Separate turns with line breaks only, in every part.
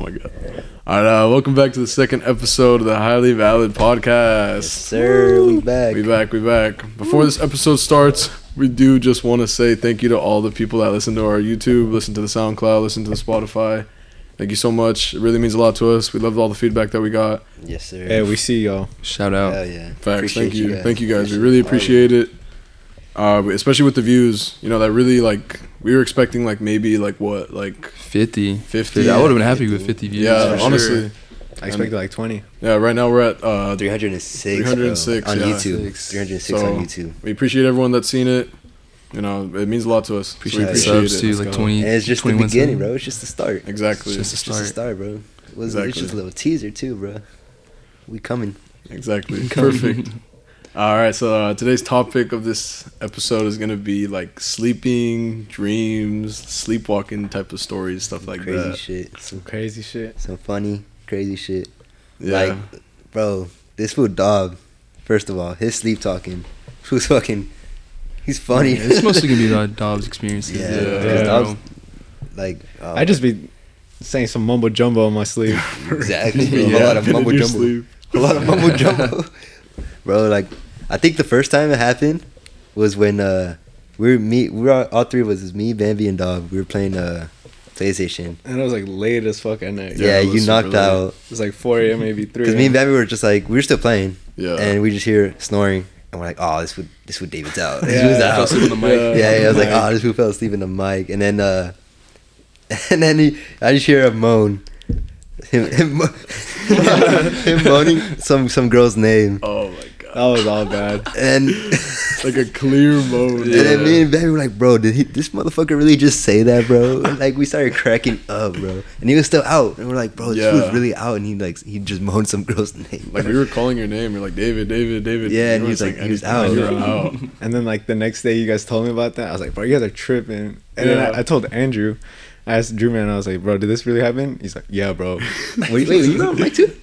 Oh my god. All right, uh, welcome back to the second episode of the Highly Valid Podcast.
Sir, we back.
We back, we back. Before this episode starts, we do just want to say thank you to all the people that listen to our YouTube, listen to the SoundCloud, listen to the Spotify. Thank you so much. It really means a lot to us. We loved all the feedback that we got.
Yes, sir.
Hey, we see y'all.
Shout out.
Hell yeah.
Facts.
Appreciate
thank you.
guys.
Thank you guys. We really appreciate it. Uh, we- especially with the views, you know, that really like we were expecting like maybe like what like
50.
50.
I would have been happy with 50 views.
yeah,
for sure.
honestly,
I expected like 20.
yeah. Right now we're at uh,
306.
306,
bro, on
yeah.
YouTube. 306
So-
on YouTube.
we appreciate everyone that's seen it. You know, it means a lot to us. So
Appreciate,
we
the
appreciate
subs
it.
too.
Let's
Like
go.
20.
And it's just the
21
beginning,
subs.
bro. It's just the start.
Exactly.
Just a
It's just the
start.
start, bro. It was, It's
Exactly.
just a little teaser, too, bro. We coming.
Exactly. Perfect. All right. So uh, today's topic of this episode is gonna be like sleeping, dreams, sleepwalking type of stories, stuff like
crazy
that.
shit. Some,
Crazy shit.
some funny, crazy shit.
Yeah.
Like, bro, this fool dog, first of all, his sleep talking. Who's fucking. He's funny.
Yeah, it's mostly gonna be like Dobbs experiences.
Yeah,
Yeah,
Yeah.
bro.
Yeah.
Dobbs- like. uh,
I just be saying some mumbo jumbo in my sleep.
oh, Exactly.
Yeah,
bro. a lot of
been in
mumbo
your
jumbo.
sleep.
a lot of mumbo jumbo. Bro, like I think the first time it happened was when uh we were me we were all, all three of us it was me, Bambi and Dog. We were playing uh PlayStation.
And I was like late as fuck at night.
Yeah,
it
you
was super
knocked
late.
out.
It was like 4 a.m., maybe 3
Because me and Bambi were just like we were still playing
Yeah.
and we just hear snoring and we're like, Oh, this would this would David's out. This
Yeah,
was
I fell
out.
asleep on the mic.
Yeah, yeah, I was like,
Mic.
Oh, this who fell asleep in the mic and then uh and then he, I just hear a moan. Him, him, mo- him moaning some some girl's name,
Oh my god.
That was all bad.
Oh.
and
like a clear mode.
And then me and Baby were like, bro, did he, this motherfucker really just say that, bro? like, we started cracking up, bro. And he was still out. And we're like, bro, this
Yeah.
was really out. And he like, he just moaned some girl's name.
like we were calling your name. You're like David, David, David.
Yeah, and
You
he was
weren't
like,
saying
he was
anything,
out.
You were out.
And then like the next day, you guys told me about that. I was like, bro, you guys are tripping. And then
Yeah.
I, I told Andrew, I asked Drew man, I was like, bro, did this really happen? He's like, yeah, bro.
wait, wait, you were on mic too?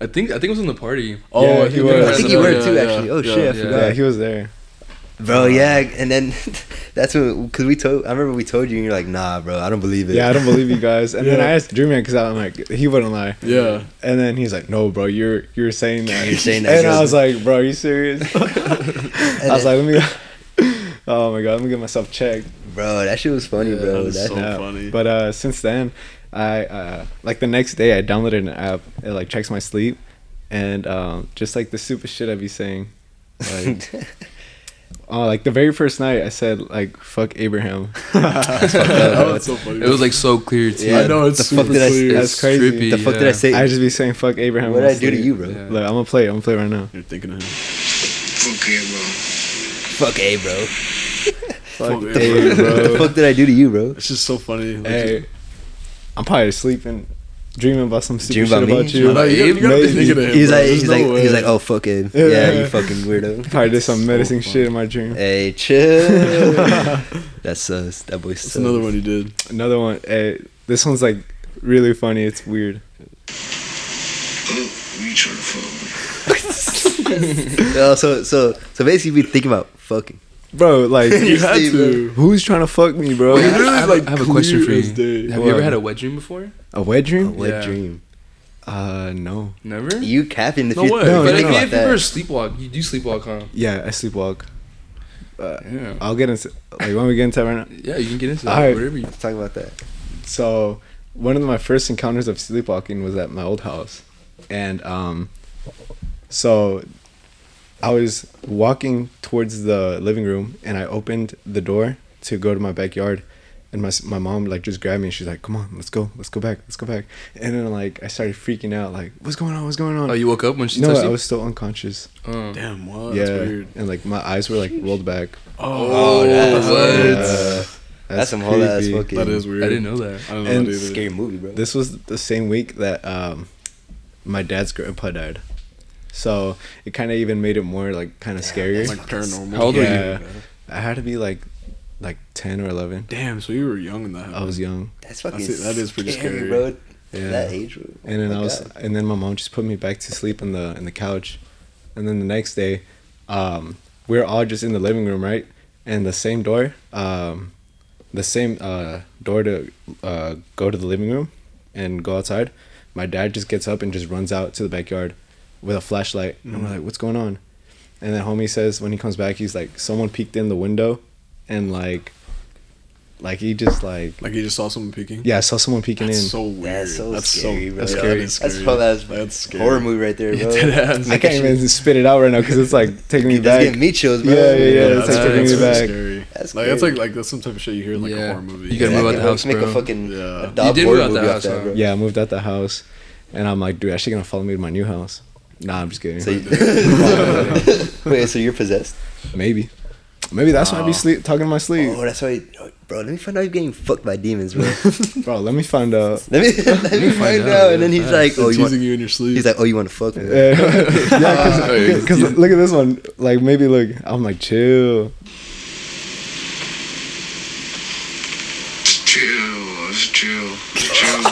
I think I think it was in the party.
Oh, I
Yeah, he
think you
was.
were.
I
think
Yeah,
you were too,
yeah,
actually. Oh,
yeah. Uh-huh.
shit, I
Yeah.
forgot.
Yeah, he was there.
Bro, yeah. And then that's when, cause we told, I remember we told you, and you're like, nah, bro, I don't believe it.
Yeah, I don't believe you guys. And then
Yeah.
I asked Drew man because I'm like, he wouldn't lie.
Yeah.
And then he's like, "No, bro, you're you're saying that."
You're saying that,
And
yeah.
I was like, "Bro, are you serious?" I was like, "Let me." Oh my god, let me get myself checked.
Bro, that shit was funny,
Yeah,
bro.
that is
That-
so- funny.
But uh, since then, I uh, like the next day I downloaded an app. It like checks my sleep, and um, just like the stupid shit I be saying. Like, oh, like the very first night I said like "fuck Abraham."
that was so funny.
It was like so clear too.
I know it's
the
super
fuck did I-
clear.
That's crazy.
trippy,
the fuck did I
yeah.
say?
I just be saying "fuck Abraham."
what
in my
did I do to
sleep.
you, bro?
Yeah.
Look, I'm gonna play. it. I'm gonna play it right now.
You're thinking of him.
Fuck A, bro.
Fuck
Fuck
Abraham.
Abraham,
what the
bro.
fuck did I do to you, bro?
It's just so funny. Like,
Hey, I'm probably sleeping, dreaming about some stupid
Dreaming
shit
about me?
about
I
you.
know, you, gotta- you gotta be
Maybe.
thinking of him.
He's
bro.
like,
There's
he's
no
like,
way.
he's like, oh fuck it,
Yeah.
yeah, you fucking weirdo.
Probably did some menacing
fun.
shit in my dream.
Hey, chill. that sus. That boy
That's
sus.
another one he did.
Another one. eh, this one's like really funny. It's weird.
Oh, so so so basically, you be thinking about fucking.
Bro, like,
You had to.
who's trying to fuck me, bro?
Like,
I
literally,
have,
like,
I have a question for
clear as day.
you. Have you
What?
ever had a wet dream before?
A wet dream?
Wet
Yeah.
dream.
Uh, no.
Never.
You capping if
No
you
way.
if you
No,
but
no,
if,
think
no.
you-
about
if you ever
that.
sleepwalk, you do sleepwalk, huh?
Yeah, I sleepwalk. Uh,
Yeah.
I'll get into. Like, when we get into it right now.
Yeah, you can get into that.
All right.
Whatever. You,
Let's talk about that.
So, one of my first encounters of sleepwalking was at my old house, and um, so I was walking towards the living room, and I opened the door to go to my backyard, and my s- my mom like just grabbed me, and she's like, "Come on, let's go, let's go back, let's go back," and then like I started freaking out, like, "What's going on? What's going on?"
oh, you woke up when she
no,
touched
I
you.
was still unconscious.
Oh.
Damn, what?
yeah,
That's weird.
and like my eyes were like rolled back.
Oh,
that's
what?
Uh,
That's some whole ass
creepy.
fucking.
that is
I
weird.
didn't know that.
I don't know
And
that either.
scary movie, bro.
This was the same week that um, my dad's grandpa died, so it kind of even made it more like kind of scarier.
Like paranormal.
How old were you?
yeah, I had to be like like ten or eleven.
Damn, so you were young when that happened.
I was young,
that's fucking.
That's it. That is pretty scary.
bro.
Yeah.
That age, bro.
and then
Oh my
I was,
God.
and then my mom just put me back to sleep in the in the couch, and then the next day, um, we are all just in the living room, right? And the same door, um, the same uh, door to uh, go to the living room and go outside my dad just gets up and just runs out to the backyard with a flashlight, and we're like, "What's going on?" And then homie says when he comes back, he's like, "Someone peeked in the window," and like, like he just like
Like you just saw someone peeking.
yeah, I saw someone peeking
That's
in.
so weird. That's
so
so that's
scary,
So,
bro.
that's
Yeah,
scary.
that is
That's probably that's,
That's scary.
horror movie right there,
Yeah,
bro.
deadass.
I
Like,
can't even spit it out right now because it's like taking me
That's
back.
getting me chills, bro.
Yeah, yeah, yeah.
that's that's
it's like taking me
really
back.
scary.
That's
like that's
scary.
like like that's some type of shit you hear in like
Yeah.
a horror movie.
You gotta
Yeah,
move out
they
the
make-
house,
make
bro.
a fucking
Yeah.
a dog
You did
horror
move out the
movie off
house,
that,
huh?
bro.
Yeah, I moved out the house, and I'm like, dude, actually gonna follow me to my new house. Nah, I'm just kidding.
So you- Wait, so you're possessed?
Maybe, maybe that's why I be sleep talking in my sleep,
Oh, that's why, bro. Let me find out you're getting fucked by demons, bro.
bro. Let me find out.
Let me let me find
out,
out. And
yeah,
then he's
facts.
like, oh, you
teasing
want,
you in your sleep.
he's like, oh, you want to fuck me?
yeah,
Hey.
because look at this one. Like maybe look, I'm like chill.
Chill, it's chill, chill.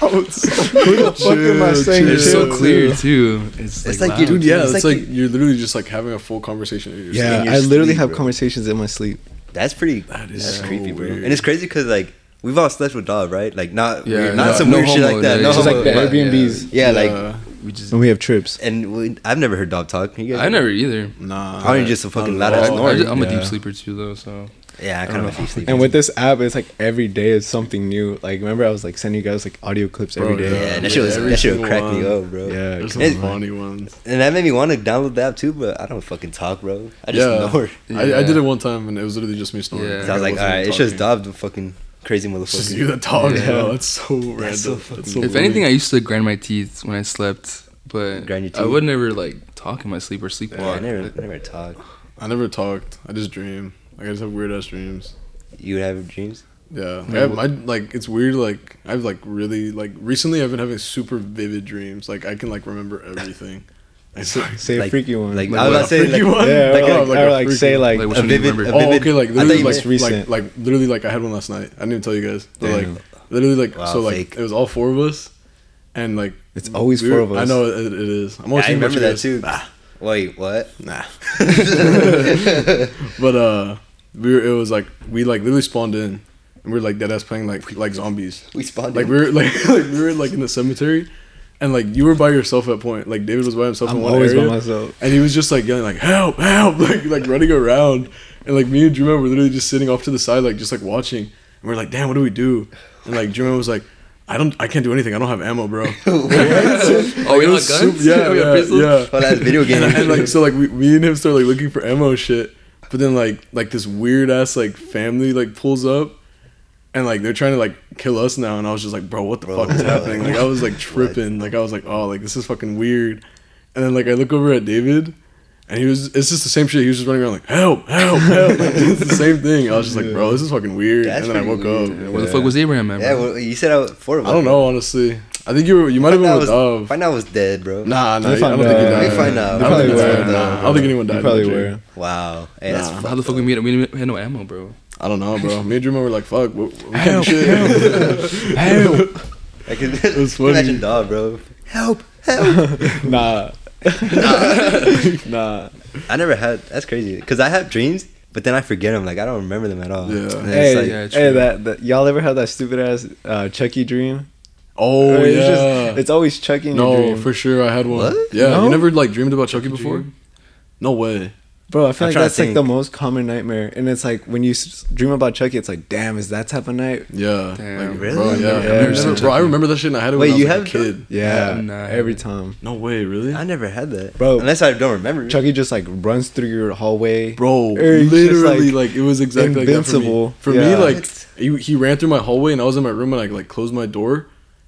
Who the fuck am I
Chill,
saying?
chill.
They're so
chill
clear
to?
too. It's,
It's
like,
like you-
loud.
Dude, yeah,
It's
it's,
like
like, you're literally just like having a full conversation. In your
Yeah,
sleep.
your
I literally
sleep,
have
bro.
conversations in my sleep.
That's pretty.
that is
that's
so
creepy, bro.
weird.
And it's crazy because like we've all slept with dog, right? Like not
Yeah,
weird- not
no-
some
no
weird shit
homo,
like that.
yeah,
No
it's
It's
just
homo.
like the
yeah,
Airbnbs,
yeah, like
we just.
and we have trips.
and we, I've never heard dog talk. You guys-
I never either.
nah,
Probably just a fucking
not
loud
at
ass
all.
Oh, I
snoring.
just, I'm a
Yeah.
deep sleeper too, though. So
Yeah, I kind
don't
of
know.
sleep.
And with this app, it's like every day is something new. Like remember, I was like sending you guys like audio clips
Bro,
every day.
yeah, that
Yeah,
shit was
every
that shit
single
would crack me
one.
up, bro.
Yeah.
There's
It's-
some funny ones.
And that made me want to download the app too, but I don't fucking talk, bro. I just
yeah.
snore.
I, I
Yeah.
did it one time and it was literally just me snoring.
Yeah.
Like,
So I was like, all
wasn't
right, it's
talking.
just Dob, the fucking crazy
It's just
motherfucker.
you that talk,
Yeah.
bro. That's so random.
That's so fucking-
That's
if
weird.
anything, I used to grind my teeth when I slept, but
Grind your
I
teeth?
would never like talk in my sleep or
Yeah, I
sleepwalk.
never, I never talk.
I never talked. I just dream. Like I just have weird ass dreams.
You would have dreams.
Yeah, like, I, I like it's weird. Like I've like really like recently I've been having super vivid dreams. Like I can like remember everything. It's like,
Say a
Like-
freaky one.
like,
Like,
I was about to say,
freaky
like-
one?
yeah,
Like,
or
oh,
like,
like
or
a
like
freaky
say
one.
like,
Like, which
a
one do you
vivid-
remember?
a
Oh,
vivid-
okay. Like
I thought
literally,
you
like,
meant recent.
like like literally, like I had one last night. I didn't even tell you guys, but
Damn.
like literally, like
Wow,
so, like
fake.
it was all four of us, and like
It's always
we
four
were-
of us.
I know it, it is. I'm always
I
thinking about
remember
you
that
guys.
too. Wait, what?
Nah. but uh, we were, it was like we like literally spawned in, and we were like dead ass playing like like zombies.
We spawned
Like
in.
we were like, like we were like in the cemetery, and like you were by yourself at point. Like David was by himself in
I'm
one
always by
area,
myself.
and he was just like yelling like help help like like running around, and like me and Drew were literally just sitting off to the side like just like watching, and we we're like damn what do we do? And like Drew was like. I don't. I can't do anything. I don't have ammo, bro.
Oh, we
It
don't
was
have guns.
super- yeah,
we
yeah,
have pistols.
yeah.
Oh, that's video game.
And, and, like so like we, me and him start like looking for ammo and shit but then like like this weird ass like family like pulls up and like they're trying to like kill us now and i was just like bro what the
Bro,
fuck is
bro,
happening like i was like
what?
tripping like i was like oh like this is fucking weird and then like i look over at david and he was it's just the same shit he was just running around like help help help like, it's the same thing i was just like bro this is fucking weird
That's
and then i woke
pretty
up
weird,
Where the fuck was Abraham at?
yeah,
bro?
well, you said I was four of us.
i don't know honestly i think you were you might have
Find
been
out
with
was,
dove
Find out I was dead, bro.
Nah, nah,
They
I don't
find
think he
out.
died.
They find out.
I don't think,
They probably
he died.
were.
Nah, I don't think anyone died.
You
in
probably
that jail.
were.
Wow. Hey, that's
Nah.
fucked
How the fuck
up.
we meet? We didn't had no ammo, bro.
I don't know, bro. Me and Drew were like, "Fuck, we, we can't
Help,
shit."
I can,
was funny.
imagine dog, bro. Help!
Nah. nah.
I never had. That's crazy. Cause I have dreams, but then I forget them. Like I don't remember them at all.
Yeah.
And it's
Hey,
like-
yeah,
hey,
true.
that, that y'all ever had that stupid ass uh, Chucky dream?
Oh
Or
yeah,
it's just it's always Chucky in your
no,
dream.
for sure. I had one.
What?
Yeah,
No?
you never like dreamed about Chucky before?
Dream.
No way.
Bro, I
I'm
feel
trying
like
to
that's like the
think.
most common nightmare, and it's like when you s- dream about Chucky, it's like, damn, is that type of night?
Yeah,
Damn.
like,
Really?
Bro,
I've
yeah,
never-
I
I've
never-
never seen
bro. I remember that shit. and I had it.
Wait,
when I was
you
like,
have-
a kid?
Yeah,
Nah.
every time,
No way, really?
I never had that,
Bro.
Unless I don't remember. it.
Chucky just like runs through your hallway.
Bro,
Or he's just,
literally, like, it was exactly
invincible.
like that for me. For
Yeah.
me, like,
What?
he, he ran through my hallway, and I was in my room, and I like closed my door,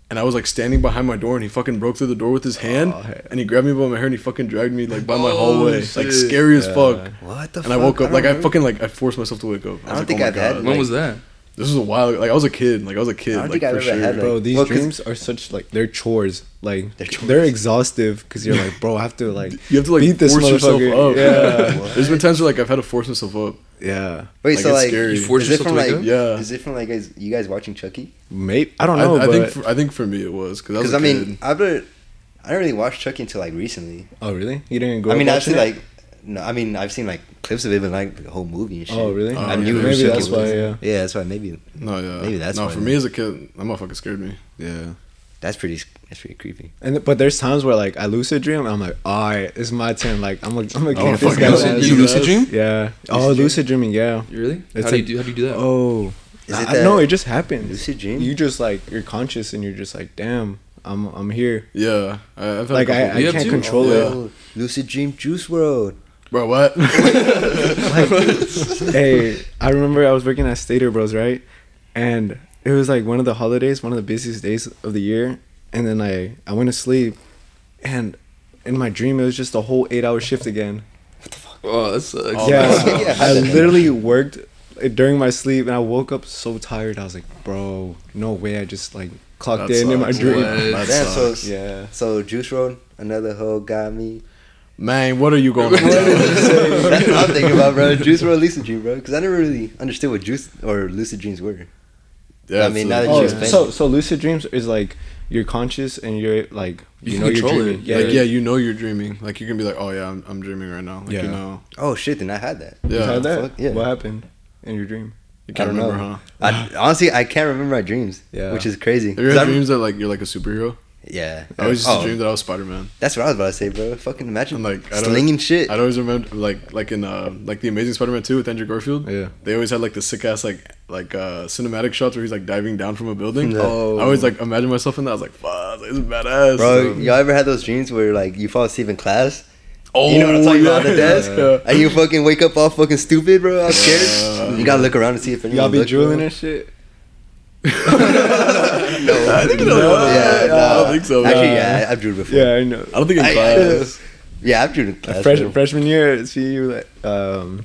and I was like standing behind my door, and he fucking broke through the door with his hand,
Oh, hey.
and he grabbed me by my hair, and he fucking dragged me like by my
Oh,
hallway, like
shit.
scary as fuck.
What the?
And I woke up like I
fucking.
fucking like I "Oh forced myself to wake up.
I don't think I've had
had
When was that?
This was a while ago. Like I was a kid. Like I was a kid.
I don't
like
think I've
for sure.
ever had, like-
Bro, these
Well, 'cause-
dreams are such like they're chores. Like they're,
They're chores.
exhaustive because you're like, bro, I have to like
you have to like
beat this
force yourself
motherfucker.
up.
Yeah,
There's been times where like I've had to force myself up.
yeah.
Wait,
like,
so
it's
like,
scary.
You forced
is it from
yourself to wake
like,
up? Yeah.
is it from like guys, you guys watching Chucky?
Maybe I don't
I,
know,
I
but
think for, I think for me it was because I was.
Because
a
I mean,
kid.
I've been, I don't really watch Chucky until like recently.
oh really? You didn't grow
I mean,
up
I've seen
watching it?
like, no, I mean, I've seen like clips of it, but like the whole movie and shit.
Oh, really?
I
Oh,
knew
yeah.
it was
Maybe
Chucky
that's
was-
why, yeah.
Yeah, that's why. Maybe.
no, yeah,
maybe that's
no.
why
For
then.
me as a kid, that motherfucker scared me.
yeah.
That's pretty. That's pretty creepy.
And but there's times where like I lucid dream and I'm like, all right, it's my turn. Like I'm like I'm gonna
Oh,
kick this
fuck,
guy.
lucid-
ass."
you lucid dream?
Yeah. Oh,
Lucid dream.
lucid dreaming. Yeah.
You Really?
It's
how do you
like-
do? How do you do that?
Oh.
Is
I-
it that-
no, it just happens.
Lucid dream?
You just like you're conscious and you're just like, damn, I'm I'm here.
Yeah, I, I've had
Like
a couple
I, I
You have
can't
to-
control it.
Oh, lucid dream juice world.
Bro, what?
hey, I remember I was working at Stater Bros, right? And it was like one of the holidays, one of the busiest days of the year. And then I, I went to sleep, and in my dream, it was just a whole eight hour shift again.
Oh, that sucks.
Oh,
yeah,
yeah.
I literally worked it during my sleep, and I woke up so tired. I was like, bro, no way. I just like clocked
That
in in my
sucks.
dream.
What?
That
Damn, so,
sucks.
Yeah.
so juice world, another hoe got me.
Man, what are you going on?
That's what I'm thinking about, bro. Juice world, lucid dream, bro. Because I never really understood what juice or lucid dreams were.
Yeah,
I mean,
it's
now
a-
that you
Oh,
explain
so
it.
so lucid dreams is like you're conscious and you're like you,
You can
know you're
control it.
dreaming.
yeah, like, yeah, you know you're dreaming. Like you can be like, oh yeah, I'm, I'm dreaming right now. Like
Yeah.
you know,
Oh shit! Then I had that.
yeah.
You had that?
Fuck, yeah.
What happened in your dream?
You can't
I don't
remember,
know.
huh?
I, honestly, I can't remember my dreams.
Yeah.
Which is crazy.
Have you
'Cause I
had
rem-
dreams that like you're like a superhero?
Yeah.
I always used to
Oh,
dream that I was Spider Man.
That's what I was about to say, bro. Fucking imagine
And like I don't-
slinging shit.
I'd always remember like like in uh like the Amazing Spider Man two with Andrew Garfield.
Yeah.
They always had like the sick ass like like uh cinematic shots where he's like diving down from a building.
Yeah.
Oh. I always like imagine myself in that. I was like, fuck, this is badass.
Bro,
So-
y'all ever had those dreams where like you fall asleep in class
oh,
you know what I'm talking about, on the
yeah.
desk?
Yeah.
and you fucking wake up all fucking stupid, bro? I'm scared. you gotta look around and see if anyone
Y'all be
looked,
drooling
bro.
and shit.
No,
I think it's all right.
yeah,
No, I
nah.
don't think so.
Actually,
Nah.
yeah, I- I've drooled before.
Yeah, I know.
I don't think in
I-
class.
yeah, I've drooled in class.
Fresh,
bro.
freshman year, I'd see you. Like, um,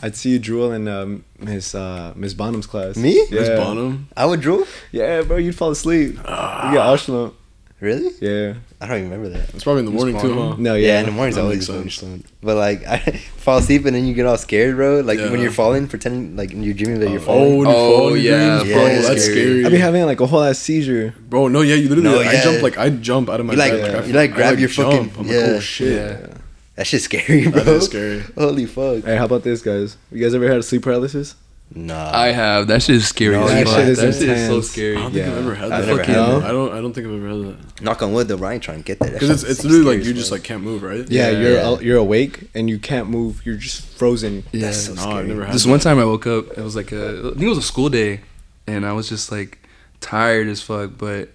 I'd see you drool in um, Miss uh, Miss Bonham's class.
Me?
Yeah.
Miss Bonham.
I would drool.
Yeah, bro, you'd fall asleep. you get Ashlam.
Really?
Yeah.
I don't even remember that.
It's probably in the morning too, huh?
Bonham.
No,
yeah,
yeah.
in the morning's
That makes
always fun.
sense.
But like, I fall asleep and then you get all scared, bro. Like
Yeah.
when you're falling, pretending like you're dreaming that you're
Oh,
falling.
when you
Oh,
fall in your
yeah,
dreams,
yeah,
bro,
it's
that's
scary.
scary.
I'd be having like a whole ass seizure.
Bro, no, yeah, you literally.
No,
like, I
yeah.
jump like I jump out of my
You, like,
bed. I-
you, like,
I,
grab your
jump.
fucking-
I'm like,
yeah.
oh shit.
Yeah.
That shit's scary, bro.
That is scary.
Holy fuck.
Hey, how about this, guys? You guys ever had sleep paralysis?
Nah.
I have. That shit is scary.
No,
as
that
fuck.
shit
is
That shit is so
intense.
scary.
I don't think
Yeah.
I've ever had
I've
that.
never
Fucking-
had
no.
that.
I don't. I don't think I've ever had that.
Knock on wood, though. Ryan trying to get that. That
Because it's
shit's
it's literally like
scary
you
as
just
fuck.
like can't move, right?
Yeah,
Yeah.
you're al- you're awake and you can't move. You're just frozen.
Yeah.
That's so
No,
scary.
I've never had.
This
that.
one time I woke up, it was like a, I think it was a school day, and I was just like tired as fuck, but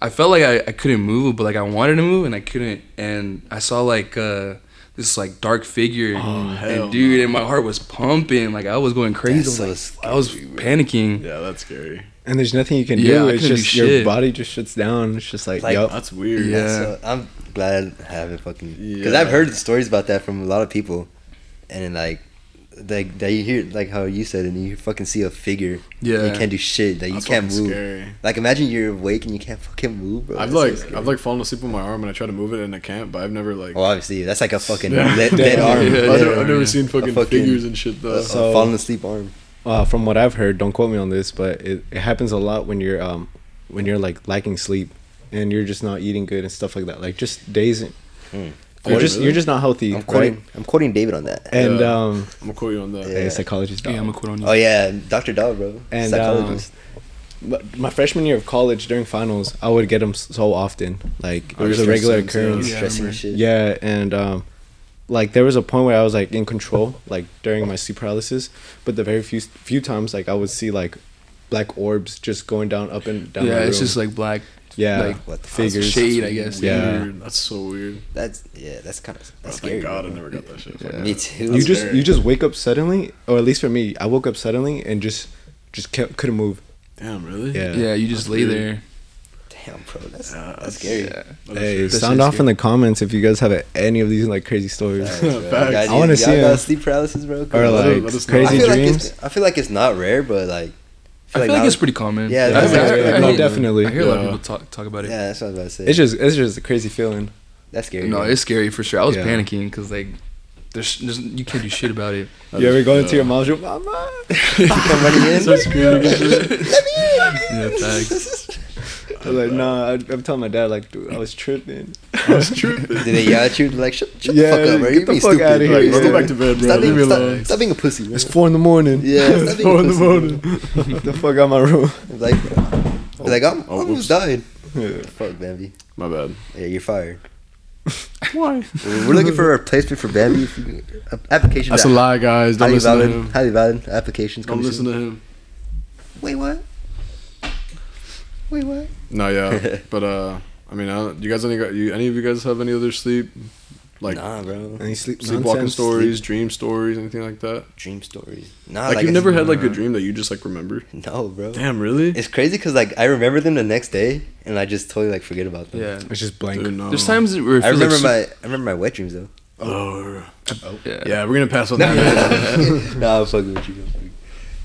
I felt like I, I couldn't move, but like I wanted to move and I couldn't, and I saw like uh, this like dark figure,
Oh,
hell
and dude, and my heart was pumping, like I was going crazy,
That's
I was,
so
like, I was panicking.
Yeah, that's scary.
And there's nothing you can
Yeah,
do.
I
It's
couldn't do
just your
shit. uh
body just shuts down. It's just like,
Like,
yup.
That's weird.
Yeah.
So I'm glad I haven't fucking because
Yeah.
I've heard stories about that from a lot of people, and then, like, like that you hear like how you said, and you fucking see a figure. and
Yeah.
you can't do shit. That you
That's
can't
fucking
move.
scary.
Like imagine you're awake and you can't fucking move, bro.
I've
That's so
like
scary.
I've like fallen asleep on my arm and I try to move it and I can't, but I've never like.
Well, Oh, obviously that's like a fucking
Yeah.
dead, dead
Yeah,
arm.
I've
yeah,
Dead
never,
arm.
I've never seen fucking,
fucking-
figures and shit though.
A- a
So-
falling asleep arm.
uh, from what I've heard, don't quote me on this, but it, it happens a lot when you're um when you're like lacking sleep and you're just not eating good and stuff like that. Like just days. in- You're
Quoting,
just
Hmm. really?
you're just not healthy,
I'm quoting.
right?
I'm quoting David on that.
And
Yeah.
um,
I'm gonna quote you on that.
Yeah.
hey, psychologist.
Yeah,
dog.
I'm gonna quit on you.
Oh yeah, Doctor Dahl, bro.
And, uh,
Psychologist.
But my freshman year of college during finals, I would get them so often. Like it
Oh,
was
your
a
stress
regular
sense, yeah.
occurrence.
yeah, I
stressing
remember.
and shit.
Yeah, and um, like there was a point where I was like in control, like during my sleep paralysis. But the very few few times, like I would see like black orbs just going down, up and down.
yeah,
my
it's
room.
just like black
yeah,
like,
what the fuck?
figures.
shade, I guess.
Yeah.
Weird. That's so weird.
That's yeah. That's kind of
Bro,
that's scary.
Thank Oh God I
bro.
never got that shit.
Yeah.
Me too.
you
That's
just
scary.
you just wake up suddenly, or at least for me, I woke up suddenly and just just kept, couldn't move.
Damn, really?
Yeah.
Yeah, you just
That's
lay
weird.
there.
Damn, bro, that's
Yeah,
that's
Oh, that's-
scary.
Yeah.
That is
Hey,
weird.
That's
sound
so
off in
scary.
the comments if you guys have any of these like crazy stories.
Facts, bro.
Facts.
Guys,
I wanna
y'all
see
got
him.
sleep paralysis, bro.
Or
Cause
let us-
like
let us know.
I
crazy
feel like
dreams.
it's, I feel like it's not rare, but like, I
I
feel
feel like,
now-
it's pretty common.
Yeah,
I,
that's
I- I
very
hear-
common.
I hear-
Definitely.
I hear a lot of
Yeah.
people talk talk about it.
Yeah, that's what I was about to say.
it's just it's just a crazy feeling.
that's scary.
No,
bro.
it's scary for sure. I was
Yeah.
panicking because like, there's, there's you can't do shit about it.
That
you
is-
ever go into
yeah.
your mom's room, mama?
Come running in.
Start screaming and shit.
Yeah, facts.
I was like, nah. I, I'm telling my dad, like, dude, I was tripping.
That's tripping.
Did they yell at you like shut, shut
Yeah,
the fuck up, bro?
get
You're
the
being
fuck
stupid.
outta here,
bro.
yeah.
Stop
Go
back to bed, bro.
Stop
Leave me
being,
alone.
stop, stop being a pussy. Bro.
It's four in the morning.
Yeah, stop being
four in
a
the
pussy.
morning. the fuck out my room.
Like, like I'm,
Oh,
I'm
whoops.
just dying. Fuck Bambi.
My bad.
Yeah, you're fired.
Why?
We're looking for a replacement for Bambi. If you- Application.
That's a lie, guys. Don't
Highly
listen to
valid.
him.
Highly valid applications.
Don't
coming
listen
soon.
to him.
Wait, what? Wait, what?
No, yeah, but uh, I mean, I don't, you guys, any got- you, any of you guys have any other sleep, like
nah, bro.
And you sleep
sleepwalking
nonsense,
stories, dream stories, anything like that?
Dream stories. Nah,
like,
I
you've never
said-
had like a dream that you just like remember?
No, bro.
Damn, really?
It's crazy because like I remember them the next day, and I just totally like forget about them.
Yeah.
It's just blank.
Dude, no.
There's times where
Um,
it
I
feels
remember
like
my I remember my wet dreams though.
Oh,
my. Yeah.
yeah, we're gonna pass on that.
nah, I'm fucking with you. I'm fucking-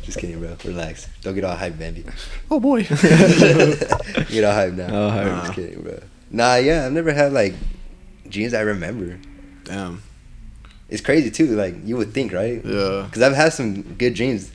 Just kidding, bro. Relax. Don't get all hype, Bambi.
oh boy.
get all hype now.
Oh, hype.
Nah. Just kidding, bro. Nah, yeah, I've never had like dreams I remember.
Damn.
It's crazy too. Like you would think, right?
Yeah.
Because I've had some good dreams,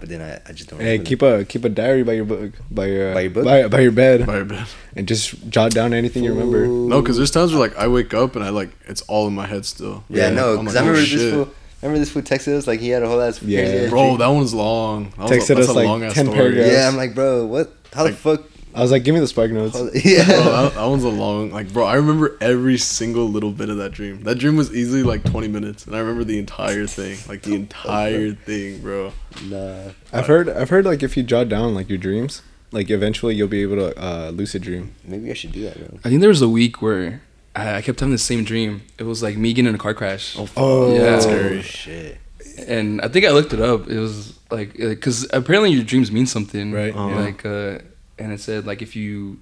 but then I, I just don't.
Hey,
remember
keep a keep a diary by your book, by your
By your book?
by, by your bed,
All right, man.
and just jot down anything you remember.
No, because there's times where like I wake up and I like it's all in my head still.
Yeah,
Yeah.
no,
I'm
because
like,
I
oh,
remember
shit.
this fool. Remember this fool texted us like he had a whole ass
Yeah.
crazy ass
Bro,
dream.
that one's long. That was a-
Texted
that's
us,
a
like,
long ass
10
story.
paragraphs.
yeah, I'm like, bro, what? How the
Like-
fuck?
I was like, give me the spark notes.
yeah,
Bro, that, that one's a long. Like, bro, I remember every single little bit of that dream. That dream was easily like 20 minutes, and I remember the entire thing. Like the entire thing, bro.
nah.
I've heard I've heard like if you jot down like your dreams, like eventually you'll be able to uh, lucid dream.
Maybe I should do that, bro.
I think there was a week where I I kept having the same dream. It was like me getting in a car crash.
Oh,
Yeah. That's
Oh, shit.
and I think I looked it up. It was like because apparently your dreams mean something,
Right.
Uh-huh.
Like, uh, and it said like if you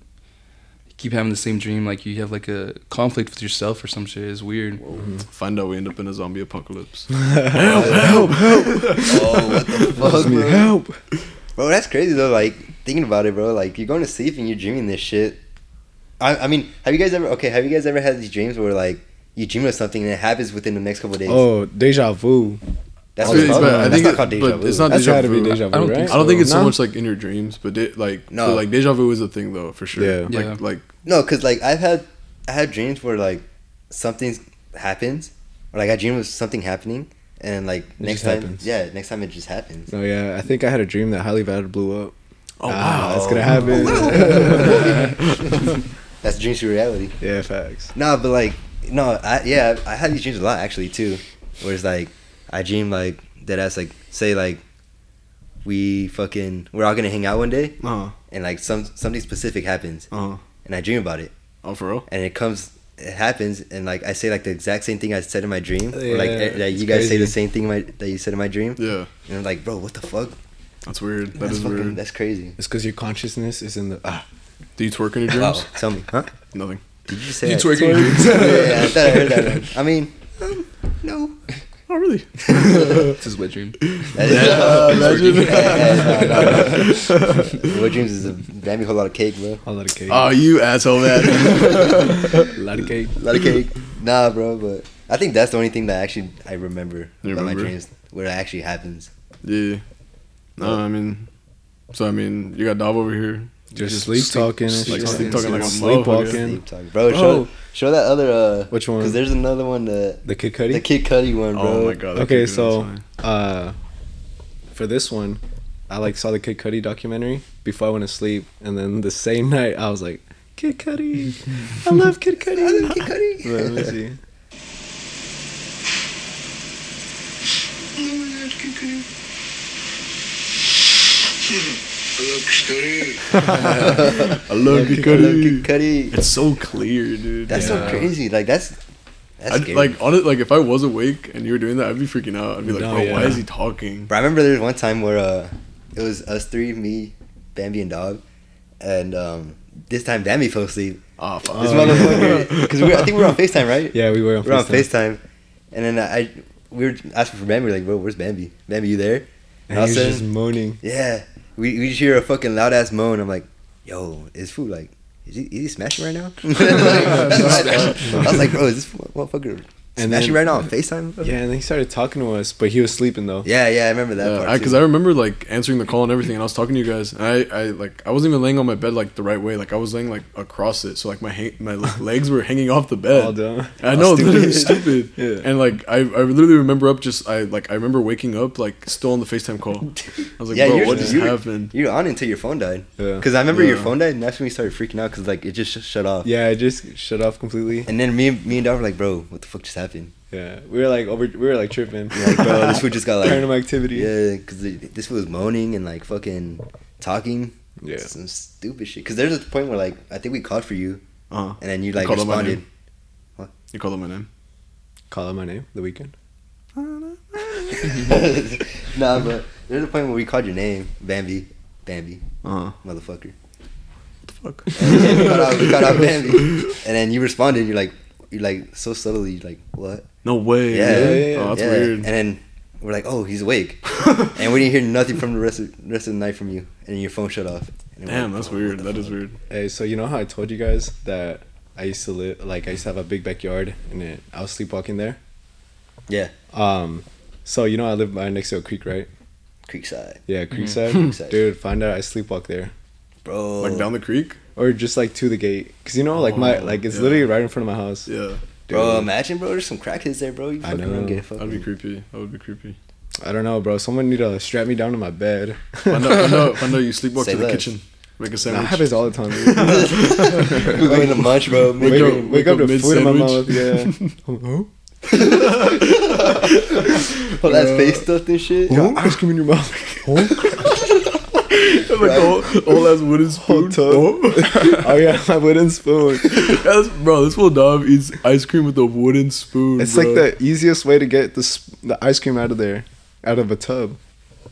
keep having the same dream, like you have like a conflict with yourself or some shit. It's weird.
Find out we end up in a zombie apocalypse.
Oh, what the fuck,
Need
bro?
help.
Bro, that's crazy though. Like thinking about it, bro. Like you're going to sleep and you're dreaming this shit. I, I mean, have you guys ever? Okay, have you guys ever had these dreams where like you dream of something and it happens within the next couple days?
Oh, deja vu.
But
that's what it's
it's-
called.
but I
That's
think
not
it-
called deja
but
vu.
it's not
That's
deja
got to be
vu.
deja
I
vu,
don't
right?
think
I don't think it's so
No?
much like in your dreams, but de- like
No.
but, like deja vu is a thing though for sure.
Yeah.
Like
Yeah.
like
No, because like I've had I had dreams where like something happens, or like I dream of something happening, and like next
just
time,
happens.
yeah, next time it just happens.
No, yeah, I think I had a dream that Halle Vader blew up.
oh
Ah,
wow.
it's gonna happen.
That's dreams to reality.
yeah, facts.
No, but like no, I yeah, I had these dreams a lot actually too, where it's like I dream like that ass like say like we fucking we're all gonna hang out one day,
Uh-huh.
and like some something specific happens,
Uh-huh.
and I dream about it.
Oh for real?
and it comes it happens and like i say like the exact same thing i said in my dream or like
Yeah,
eh, that
it's
you guys say the
crazy.
same thing my, that you said in my dream
Yeah.
and i'm like bro what the fuck
That's weird. That
that's
is
fucking
weird.
that's crazy
It's because your consciousness is in the. Ah,
Do you twerk in your
wow
dreams?
tell me huh
Nothing.
did you say
You
that?
twerking.
yeah, i thought i heard that i mean um, no
Oh really?
it's his wet dream.
That is-
uh,
Yeah, no, no, no. what dreams is a damn whole lot of cake bro
a lot of cake.
Oh, you asshole man.
a lot of cake.
a lot of cake nah bro but i think that's the only thing that actually i remember
You
about my
remember?
dreams where it actually happens
yeah. No, I mean so I mean you got Dob over here.
Just sleep talking. and
sleep
shit.
talking like a
sleepwalking.
Sleep talk. Bro,
Bro.
Oh.
show show that other uh
Which one?
Because there's another one the
The Kid Cudi.
the Kid Cudi one, bro.
Oh my god. that
okay,
could be
so
insane.
uh, for this one, I like saw the Kid Cudi documentary before I went to sleep, and then the same night I was like, Kid Cudi, I love Kid Cudi.
I love Kid Cudi.
Wait, let me see.
Look, Scotty.
I love you,
I love Kid
Cudi.
Cudi.
It's so clear, dude.
That's so crazy. Like that's that's
I'd,
scary.
like on it, like if I was awake and you were doing that, I'd be freaking out. I'd be like,
No,
bro, why
yeah.
is he talking?
Bro, I remember there was one time where uh, it was us three, me, Bambi, and Dog, and um, this time Bambi fell asleep.
Ah, fuck.
This motherfucker, because I think we were on Facetime, right?
Oh, Yeah, we were on
we were on
FaceTime.
Facetime, and then I, I we were asking for Bambi, like, bro, where's Bambi? Bambi, you there?
And
all
he
of a
was
sudden-
just moaning.
Yeah, we, we just hear a fucking loud ass moan. I'm like, yo, is food like, is he, is he smashing right now? I was like, bro, is this motherfucker
And
Smash
then-
it right now on FaceTime. bro?
Yeah, and he started talking to us, but he was sleeping though.
yeah, yeah. I remember that part.
because
too.
I remember like answering the call and everything, and I was talking to you guys, and I, I like I wasn't even laying on my bed like the right way, like I was laying like across it, so like my hang- my like, legs were hanging off the bed.
All done.
I know,
Stupid.
literally stupid.
Yeah.
And like I, I literally remember up just I like I remember waking up like still on the Facetime call. I was like,
yeah,
bro,
you're-
what just
you're-
happened?
You're on until your phone died.
Yeah.
Because I remember your
Yeah.
phone died, and that's when we started freaking out because like it just sh- shut off.
Yeah, I just shut off completely.
And then me, and me and Dom were like, "Bro, what the fuck just happened?"
Yeah, we were like over, we were like tripping.
We're like, "Bro, this food just got like
paranormal activity.
Yeah, because this fool was moaning and like fucking talking.
Yeah.
Some stupid shit. Because there's a point where like I think we called for you
Uh-huh.
and then you like
called him by
responded.
You called out my name.
Call out my name. The weekend.
nah, but there's a point where we called your name, Bambi, Bambi,
Uh-huh.
motherfucker.
Fuck.
And then we called out, we called out Bambi, and then you responded. You're like, you're like so subtly. You're like, what?
No way.
Yeah,
really?
yeah, yeah.
Oh, that's
Yeah.
weird.
And then we're like, oh, he's awake, and we didn't hear nothing from the rest of rest of the night from you, and then your phone shut off. And then we're
Damn,
like,
that's
"Oh, what
weird.
the
That
fuck?"
is weird.
Hey, so you know how I told you guys that I used to live, like I used to have a big backyard, and it, I was sleepwalking there.
Yeah,
Um, so you know I live by next to a creek, right?
Creekside,
Yeah, Creekside.
Mm-hmm. Creekside.
Dude, find out I sleepwalk there,
bro.
Like down the creek.
or just like to the gate, cause you know, like my,
Oh,
like it's
yeah.
literally right in front of my house.
Yeah,
Bro,
Dude.
imagine, bro. There's some crackheads there, bro. You
I
fucking
know.
don't get a
that'd be
fucking.
creepy. That would be creepy.
I don't know, bro. Someone need to strap me down to my bed.
I know. I know. I know. You sleepwalk
Say
to the
less.
kitchen, make a
Nah, it
sandwich.
happens all the time. dude.
We're going to munch, bro.
Wake,
Wake
up,
up-
wake, up,
wake up
to food in my mouth. Yeah.
mid-sandwich.
All that face stuff and shit.
Yo, ice cream in your mouth.
like old, old ass wooden spoon.
tub. oh yeah, my wooden spoon.
That's, bro, this little dog eats ice cream with a wooden spoon.
It's
bro.
like the easiest way to get the s- the ice cream out of there, out of a tub.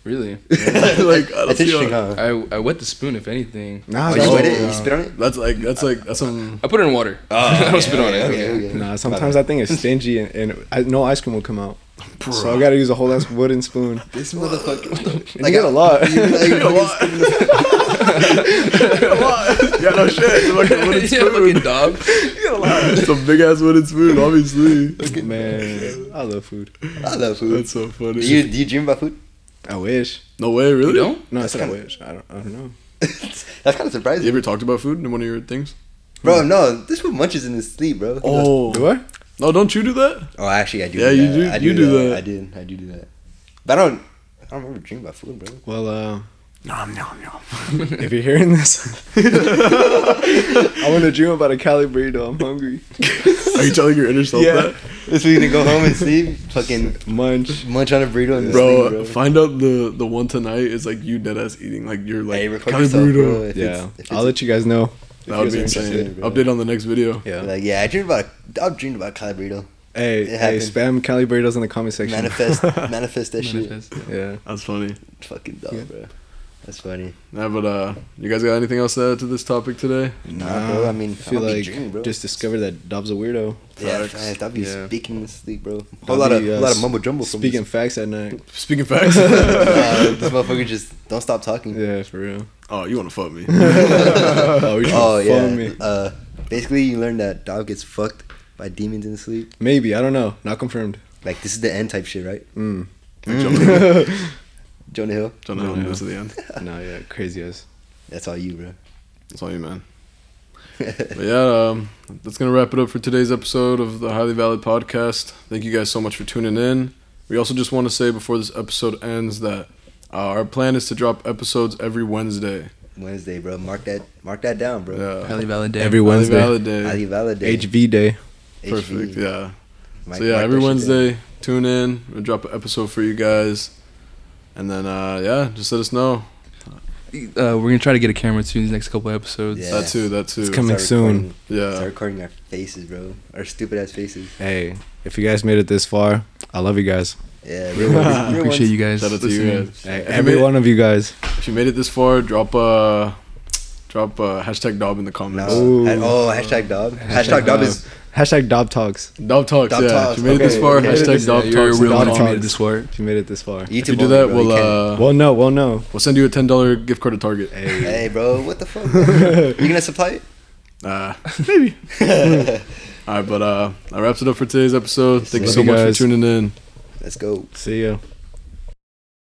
Really?
like I don't
That's
see
interesting,
how-
huh?
I, I wet the spoon, if anything.
Oh,
Nah, that's-
you
Oh,
wet it?
yeah.
You spit on it?
That's like that's like that's some.
I put it in water. I don't spit on it.
Oh, Okay, okay.
Nah, sometimes I think it's stingy and, and I, no ice cream will come out. So I gotta use a whole ass wooden spoon.
This motherfucker.
And you get a lot.
yeah, no shit. It's like a wooden
yeah, fucking
spoon.
dog.
it's a big ass wooden spoon, obviously.
Man, I love food.
I love food.
That's so funny.
Do you, do you dream about food?
I wish.
no way, really.
You don't?
No,
That's
I said I
kinda-
wish. I don't, I don't know.
That's kind of
You
surprising.
ever talked about food in one of your things?
Bro, no. This fool munches in his sleep, bro.
Do I?
no, don't you do that?
Oh, actually, I do.
Yeah,
do
you
that.
do-
I
you do that.
I did. I do do that. But I don't. I don't remember dreaming about food, bro.
Well, uh,
Nom nom nom.
if you're hearing this, I want to dream about a Cali burrito. I'm hungry.
Are you telling your inner self that?
This week gonna go home and sleep. Fucking
Munch.
munch on a burrito and
Bro,
sleep, bro.
find out the the one tonight is like you dead ass eating like you're like
Hey, record
Cali
yourself,
burrito.
bro. If it's-
Yeah.
if it's-
I'll let you guys know.
That would
If
be
you guys are
insane.
interested, bro.
Update on the next video.
Yeah.
Like, yeah, I dreamed about I've dreamed about Cali burrito.
hey,
it
hey,
happened.
spam Cali burritos in the comment section.
Manifest, manifest that
Manifest.
yeah.
That's funny.
shit. Fucking dumb, bro. That's funny.
Nah, but uh, you guys got anything else to add to this topic today?
Nah, bro. I mean,
I feel like
dreaming, bro.
just discover that Dob's a weirdo.
yeah,
facts.
facts. I'll be
Yeah.
speaking in sleep, bro. A
That'd
lot of
be, uh,
a lot of mumbo jumbo. from
Speaking facts at night.
Speaking facts.
this- uh, this motherfucker just don't stop talking.
Yeah, for real.
oh, you want to fuck me?
oh, you
Oh
oh
yeah.
me.
Uh, basically, you learn that dog gets fucked by demons in sleep.
Maybe I don't know. Not confirmed.
Like this is the end type shit, right?
Mm.
Mm. Jonah Hill.
Don't
No,
know.
no.
This is the end.
no, yeah, crazy ass.
That's all you, bro.
That's all you, man. But yeah, um, that's gonna wrap it up for today's episode of the Highly Valid Podcast. Thank you guys so much for tuning in. We also just want to say before this episode ends that uh, our plan is to drop episodes every Wednesday.
Wednesday, bro. Mark that. Mark that down, bro.
Yeah,
Highly valid day.
Every
Highly
Wednesday.
Valid Day.
Ali Valid Day.
HV day.
HV.
Perfect. Yeah.
Mark-
so yeah, every
mark that shit down.
Wednesday, tune in. We'll drop an episode for you guys, and then uh, yeah, just let us know.
Uh, we're gonna try to get a camera too these next couple episodes.
Yeah.
That too. That too.
It's coming.
Start
soon.
recording-
Yeah.
Start recording our faces, bro. Our stupid ass faces.
Hey, if you guys made it this far, I love you guys.
Yeah.
Real
bro.
ones.
Real
Appreciate
ones.
you guys.
Shout out to you
listening.
guys.
Hey,
If you
every
made-
one of you guys.
If you made it this far, drop uh, drop uh, hashtag Dob in the
No.
comments.
Ooh.
Ha- Oh, hashtag dog. Hashtag dog is
Hashtag Dob talks.
Dob talks.
Dob
yeah. If
talks,
you made it this
okay.
far,
Okay,
hashtag
Yeah,
Dob
you're a
talks. in the
real
Dog
one. You made
comments.
it this far.
If you made it this far.
YouTube.
If you do that,
only, bro.
we'll
You can't-
uh,
Well, no, well, no.
we'll send you a ten dollar gift card to Target.
Hey, bro. What the fuck? you gonna supply it?
Uh, All right, but uh, that wraps it up for today's episode. Thank you
Love
so
you
much
guys.
for tuning in.
Let's go.
See ya.